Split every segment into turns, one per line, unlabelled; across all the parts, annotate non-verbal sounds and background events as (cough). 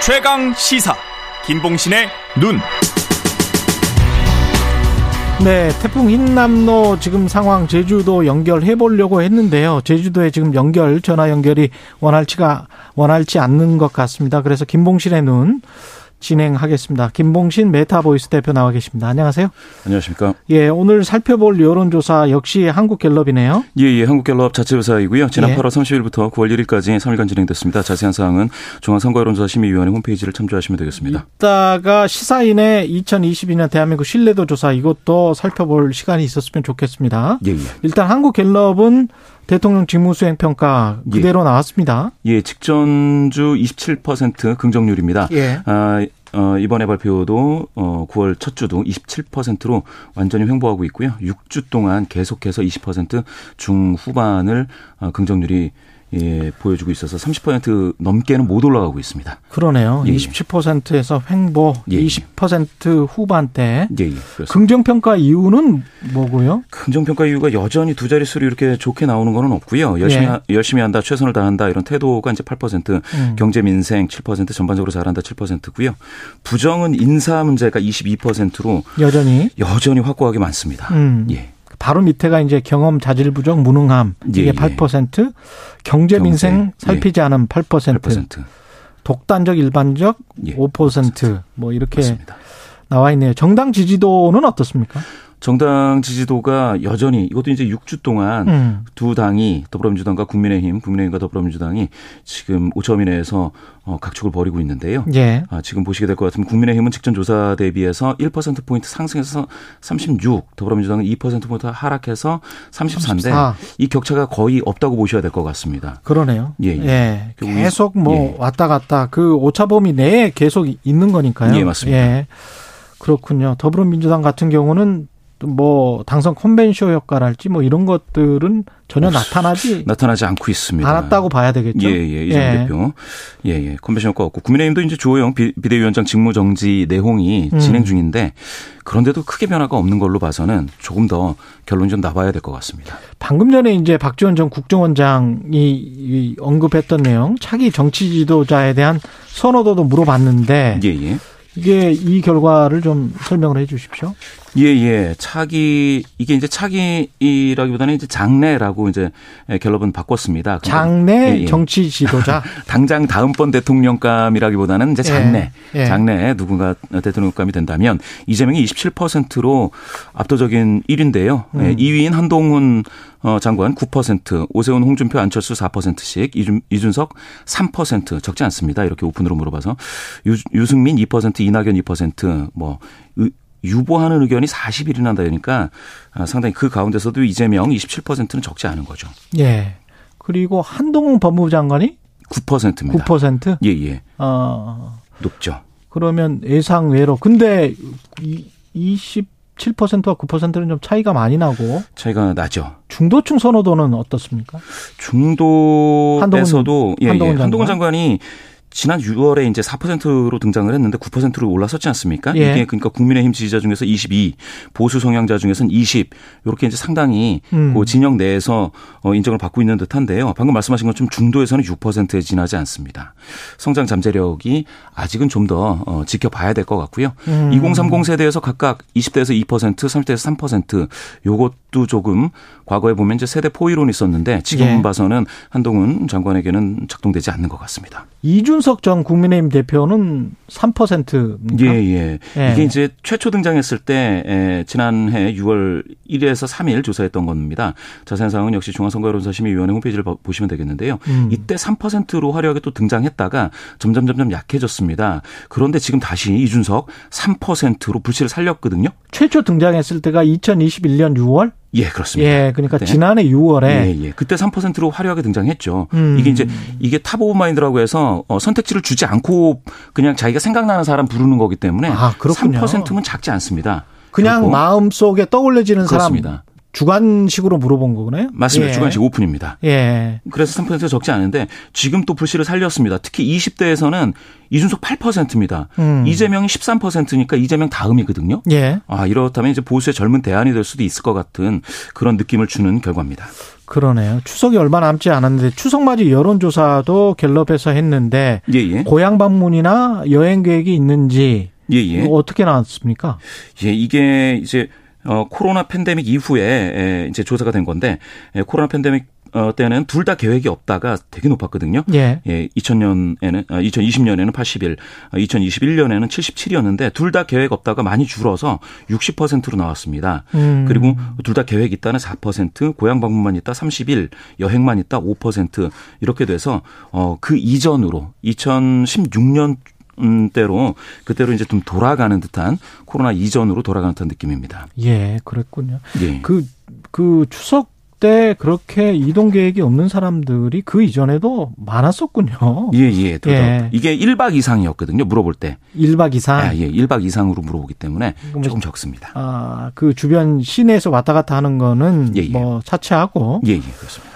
최강 시사 김봉신의 눈.
네, 태풍 흰남노 지금 상황 제주도 연결해 보려고 했는데요. 제주도에 지금 연결 전화 연결이 원활치가 원활치 않는 것 같습니다. 그래서 김봉신의 눈 진행하겠습니다. 김봉신 메타보이스 대표 나와 계십니다. 안녕하세요.
안녕하십니까.
예, 오늘 살펴볼 여론조사 역시 한국갤럽이네요.
예, 예, 한국갤럽 자체조사이고요. 지난
예.
8월 30일부터 9월 1일까지 3일간 진행됐습니다. 자세한 사항은 중앙선거여론조사심의위원회 홈페이지를 참조하시면 되겠습니다.
이따가 시사인의 2022년 대한민국 신뢰도 조사 이것도 살펴볼 시간이 있었으면 좋겠습니다.
예, 예.
일단 한국갤럽은 대통령 직무수행 평가 그대로 나왔습니다.
예, 직전주 27% 긍정률입니다.
예.
아, 어, 이번에 발표도 어, 9월 첫 주도 27%로 완전히 횡보하고 있고요. 6주 동안 계속해서 20% 중후반을 어, 긍정률이 예, 보여주고 있어서 30% 넘게는 못 올라가고 있습니다.
그러네요.
예, 예.
27%에서 횡보
예, 예.
20% 후반대.
예, 예. 그렇습니다.
긍정평가 이유는 뭐고요?
긍정평가 이유가 여전히 두 자릿수로 이렇게 좋게 나오는 건 없고요. 열심히,
예.
하- 열심히 한다, 최선을 다한다, 이런 태도가 이제 8%,
음.
경제 민생 7%, 전반적으로 잘한다 7%고요. 부정은 인사 문제가 22%로
여전히.
여전히 확고하게 많습니다.
음.
예.
바로 밑에가 이제 경험 자질 부정 무능함
예,
이게
예.
8% 경제
경제, 예.
민생 살피지 않음 8%,
8%.
독단적 일반적
예,
5%뭐 이렇게
맞습니다.
나와 있네요. 정당 지지도는 어떻습니까?
정당 지지도가 여전히 이것도 이제 6주 동안
음.
두 당이 더불어민주당과 국민의힘, 국민의힘과 더불어민주당이 지금 5점 이내에서 어, 각축을 벌이고 있는데요.
예.
아, 지금 보시게 될 것 같으면 국민의힘은 직전 조사 대비해서 1%포인트 상승해서 36, 더불어민주당은 2%포인트 하락해서 34인데
34.
이 격차가 거의 없다고 보셔야 될 것 같습니다.
그러네요.
예, 예. 결국
계속 뭐
예.
왔다 갔다 그 오차 범위 내에 계속 있는 거니까요.
예, 맞습니다.
예. 그렇군요. 더불어민주당 같은 경우는 뭐 당선 컨벤쇼 효과랄지 뭐 이런 것들은 전혀 나타나지
나타나지 않고 있습니다.
않았다고 봐야 되겠죠.
예, 예, 이정
예.
대표. 예, 예. 컨벤션 효과 없고. 국민의힘도 이제 주호영 비- 비대위원장 직무정지 내홍이
음.
진행 중인데 그런데도 크게 변화가 없는 걸로 봐서는 조금 더 결론이 좀 나봐야 될 것 같습니다.
방금 전에 이제 박지원 전 국정원장이 이 언급했던 내용 차기 정치 지도자에 대한 선호도도 물어봤는데
예, 예.
이게 이 결과를 좀 설명을 해 주십시오.
예, 예. 차기, 이게 이제 차기라기보다는 이제 장래라고 이제 갤럽은 바꿨습니다. 근데
장내
예, 예.
정치
(laughs)
지도자
당장 다음번 대통령감이라기보다는 이제 장래,
예, 예.
장래에 누군가 대통령감이 된다면 이재명이 27%로 압도적인 1인데요.
음.
2위인 한동훈 어, 장관 9%, 오세훈, 홍준표, 안철수 4%씩, 이준, 이준석 3% 적지 않습니다. 이렇게 오픈으로 물어봐서 유, 유승민 2%, 이낙연 2%뭐 의- 유보하는 의견이 41이나 되니까 아, 상당히 그 가운데서도 이재명 27%는 적지 않은 거죠.
예. 그리고 한동훈 법무부 장관이
9%입니다.
9%?
예, 예.
어,
높죠.
그러면 예상외로. 근데 이- 27%와 9%는 좀 차이가 많이 나고
차이가 나죠.
중도층 선호도는 어떻습니까?
중도에서도
한동훈-
예, 예.
한동훈 장관?
한동훈, 장관이 지난 6월에 이제 4%로 등장을 했는데 9%로 올라섰지 않습니까?
예.
이게 그러니까 국민의힘 지지자 중에서 22, 보수 성향자 중에서는 20 이렇게 이제 상당히
음.
그 진영 내에서 어, 인정을 받고 있는 듯한데요. 방금 말씀하신 것처럼 중도에서는 6%에 지나지 않습니다. 성장 잠재력이 아직은 좀 더 어, 지켜봐야 될 것 같고요.
음.
2030 세대에서 각각 20대에서 2%, 30대에서 3% 요것도 조금 과거에 보면 이제 세대 포이론이 있었는데 지금
예.
봐서는 한동훈 장관에게는 작동되지 않는 것 같습니다.
이준석 전 국민의힘 대표는 3%입니까?
예, 예.
예.
이게 이제 최초 등장했을 때 에, 지난해 6월 1일에서 3일 조사했던 겁니다. 자세한 사항은 역시 중앙선거여론조사심의위원회 홈페이지를 봐- 보시면 되겠는데요.
음.
이때 3%로 화려하게 또 등장했다가 점점 점점 약해졌습니다. 그런데 지금 다시 이준석 3%로 불씨를 살렸거든요.
최초 등장했을 때가 2021년 6월?
예, 그렇습니다.
예, 그러니까
네.
지난해 6월에
예, 예. 그때 3%로 화려하게 등장했죠.
음.
이게 이제 이게 탑 오브 마인드라고 해서 어, 선택지를 주지 않고 그냥 자기가 생각나는 사람 부르는 거기 때문에
아, 그렇군요.
3%면 작지 않습니다.
그냥
그렇고
마음속에 떠올려지는 사람
그렇습니다.
주관식으로 물어본 거구나요?
맞습니다.
예.
주간식 오픈입니다.
예.
그래서 3%가 적지 않은데 지금 또 불씨를 살렸습니다. 특히 20대에서는 이준석 8%입니다.
음.
이재명이 13%니까 이재명 다음이거든요.
예.
아, 이렇다면 이제 보수의 젊은 대안이 될 수도 있을 것 같은 그런 느낌을 주는 결과입니다.
그러네요. 추석이 얼마 남지 않았는데 추석맞이 여론조사도 갤럽에서 했는데
예, 예.
고향 방문이나 여행 계획이 있는지
예, 예.
이거 어떻게 나왔습니까?
예, 이게 이제 어 코로나 팬데믹 이후에 에, 이제 조사가 된 건데 에, 코로나 팬데믹 어 때는 둘 다 계획이 없다가 되게 높았거든요.
예.
예, 2000년에는 아, 2020년에는 81, 2021년에는 77이었는데 둘 다 계획 없다가 많이 줄어서 60%로 나왔습니다.
음.
그리고 둘 다 계획 있다는 4%, 고향 방문만 있다 31, 여행만 있다 5% 이렇게 돼서 어그 이전으로 2016년 음, 때로 그때로 이제 좀 돌아가는 듯한 코로나 이전으로 돌아가는 듯한 느낌입니다.
예, 그랬군요.
예.
그, 그 추석 때 그렇게 이동 계획이 없는 사람들이 그 이전에도 많았었군요.
예, 예. 들어
예.
이게 1박 이상이었거든요. 물어볼 때.
1박
아,
2일.
예. 1박 이상으로 물어보기 때문에
그럼
조금 적습니다.
아, 그 주변 시내에서 왔다 갔다 하는 거는
예, 예.
뭐 차치하고
예, 예. 그렇습니다.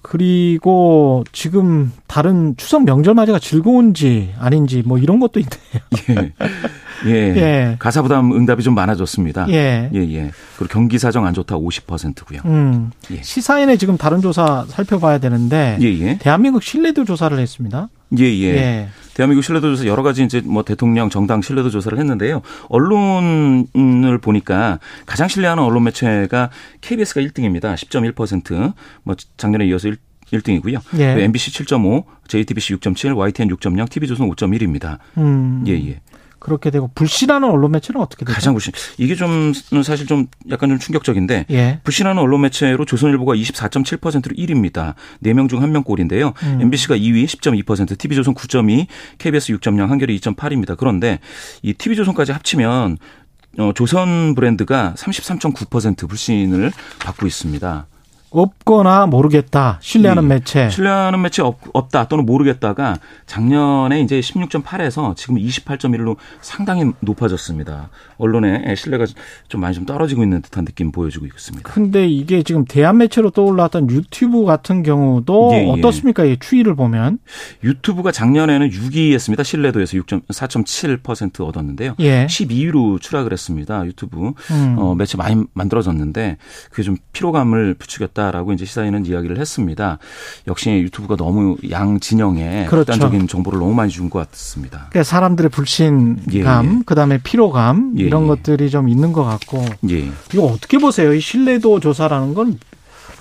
그리고 지금 다른 추석 명절 맞이가 즐거운지 아닌지 뭐 이런 것도 있네요.
예. 예.
예.
가사 부담 응답이 좀 많아졌습니다.
예.
예, 예. 그리고 경기 사정 안 좋다 50%고요.
음.
예.
시사인의 지금 다른 조사 살펴봐야 되는데
예, 예.
대한민국 신뢰도 조사를 했습니다.
예, 예. 대한민국 신뢰도 조사 여러 가지 이제 뭐 대통령 정당 신뢰도 조사를 했는데요. 언론을 보니까 가장 신뢰하는 언론 매체가 KBS가 1등입니다. 10.1%. 뭐 작년에 이어서 1 1등이고요.
예.
MBC 7.5, JTBC 6.7, YTN 6.0, TV조선 5.1입니다.
음. 그렇죠.
예, 예.
그렇게 되고 불씨라는 언론 매체는 어떻게 되죠?
가장 불신. 이게 좀 사실 좀 약간 좀 충격적인데
예.
불신하는 언론 매체로 조선일보가 24.7%로 1위입니다. 4명 중 1명 꼴인데요.
음.
MBC가 2위 10.2%, TV조선 9.2, KBS 6.0, 한겨레 2.8입니다. 그런데 이 TV조선까지 합치면 어, 조선 브랜드가 33.9% 불신을 받고 있습니다.
없거나 모르겠다. 신뢰하는
예.
매체.
신뢰하는 매체 없, 없다 또는 모르겠다가 작년에 이제 16.8에서 지금 28.1로 상당히 높아졌습니다. 언론의 신뢰가 좀 많이 좀 떨어지고 있는 듯한 느낌 보여주고 있습니다.
근데 이게 지금 대한 매체로 떠올랐던 유튜브 같은 경우도
예, 예.
어떻습니까? 이 추이를 보면.
유튜브가 작년에는 6위였습니다. 신뢰도에서 4.7% 얻었는데요.
예.
12위로 추락을 했습니다. 유튜브
음.
어, 매체 많이 만들어졌는데 그게 좀 피로감을 부추겼다라고 이제 시사인은 이야기를 했습니다. 역시 유튜브가 너무 양 진영에
그렇죠.
극단적인 정보를 너무 많이 준 것 같습니다.
그러니까 사람들의 불신감,
예,
그다음에 피로감
예,
이런
예.
것들이 좀 있는 것 같고
예.
이거 어떻게 보세요? 이 신뢰도 조사라는 건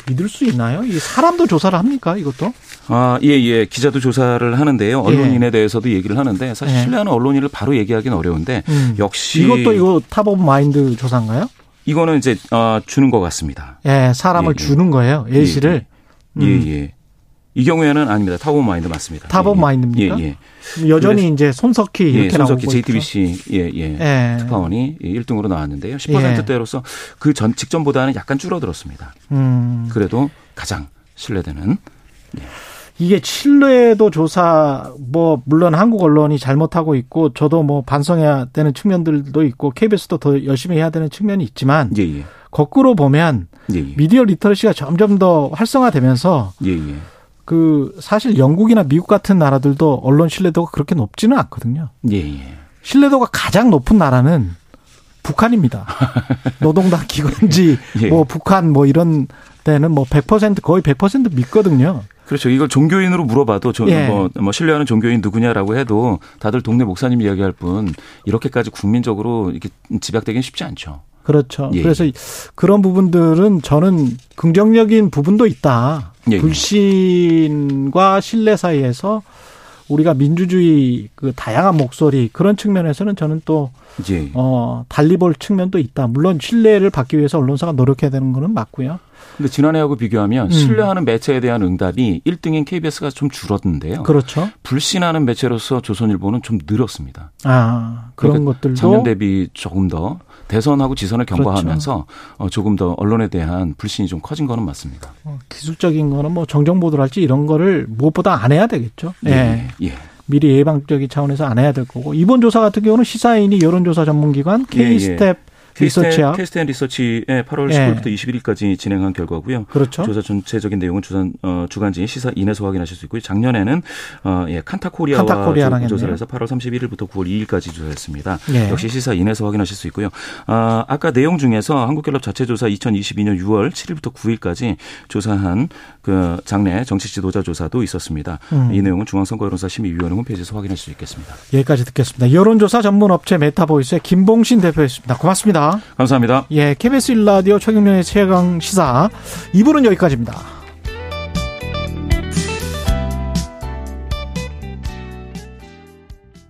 믿을 수 있나요? 이 사람도 조사를 합니까? 이것도?
아, 예, 예. 기자도 조사를 하는데요. 언론인에 대해서도 얘기를 하는데 사실
예.
신뢰하는 언론인을 바로 얘기하기는 어려운데
음.
역시
이것도 이거 탑 오브 마인드 조사인가요?
이거는 이제 어, 주는 것 같습니다.
예, 사람을
예, 예.
주는 거예요. 예시를.
예,
음.
예. 이 경우에는 아닙니다. 탑 오브 마인드 맞습니다.
탑 오브
예, 예.
마인드입니까?
예, 예.
여전히 이제 손석희 이렇게
예, 손석희
나오고 있죠.
JTBC 예, 예.
예.
특파원이 1등으로 나왔는데요.
예.
10%대로서 그 전 직전보다는 약간 줄어들었습니다.
음.
그래도 가장 신뢰되는
이게 신뢰도 조사 뭐 물론 한국 언론이 잘못하고 있고 저도 뭐 반성해야 되는 측면들도 있고 KBS도 더 열심히 해야 되는 측면이 있지만
예, 예.
거꾸로 보면
예, 예.
미디어 리터러시가 점점 더 활성화되면서
예, 예.
그 사실 영국이나 미국 같은 나라들도 언론 신뢰도가 그렇게 높지는 않거든요.
예, 예.
신뢰도가 가장 높은 나라는
(laughs)
북한입니다. 노동당 기관지
예.
뭐 북한 뭐 이런 데는 뭐 100% 거의 100% 믿거든요.
그렇죠. 이걸 종교인으로 물어봐도 저는
예.
뭐, 뭐 신뢰하는 종교인 누구냐라고 해도 다들 동네 목사님 이야기할 뿐 이렇게까지 국민적으로 이렇게 집약되기는 쉽지 않죠.
그렇죠.
예,
그래서 그런 부분들은 저는 긍정적인 부분도 있다.
예, 예.
불신과 신뢰 사이에서 우리가 민주주의 그 다양한 목소리 그런 측면에서는 저는 또
예.
어, 달리 볼 측면도 있다. 물론 신뢰를 받기 위해서 언론사가 노력해야 되는 거는 맞고요.
근데 지난해하고 비교하면
음.
신뢰하는 매체에 대한 응답이 1등인 KBS가 좀 줄었는데요.
그렇죠.
불신하는 매체로서 조선일보는 좀 늘었습니다.
아, 그런
그러니까
것들도 그렇죠.
작년 대비 조금 더 대선하고 지선을 경과하면서 어, 조금 더 언론에 대한 불신이 좀 커진 거는 맞습니다.
어, 기술적인 거는 뭐 정정보도랄지 이런 거를 무엇보다 안 해야 되겠죠. 예.
예. 예.
미리 예방적인 차원에서 안 해야 될 거고 이번 조사 같은 경우는 시사인이 여론조사 전문기관
예, 예.
K스텝 리서치학
캐스트 앤 리서치의 8월
예.
19일부터 21일까지 진행한 결과고요.
그렇죠.
조사 전체적인 내용은 주간 어, 주간지 시사인에서 확인하실 수 있고요. 작년에는 어, 예, 칸타코리아와
칸타코리아랑
조-
했네요.
조사를 해서 8월 31일부터 9월 2일까지 조사했습니다.
예.
역시 시사인에서 확인하실 수 있고요. 아, 아까 내용 중에서 한국갤럽 자체 조사 2022년 6월 7일부터 9일까지 조사한 그 장내 정치 지도자 조사도 있었습니다.
음.
이 내용은 중앙선거여론사 심의위원회 홈페이지에서 확인할 수 있겠습니다.
여기까지 듣겠습니다. 여론조사 전문업체 메타보이스의 김봉신 대표였습니다. 고맙습니다.
감사합니다.
예, KBS 1라디오 최경련의 최강 시사 2부는 여기까지입니다.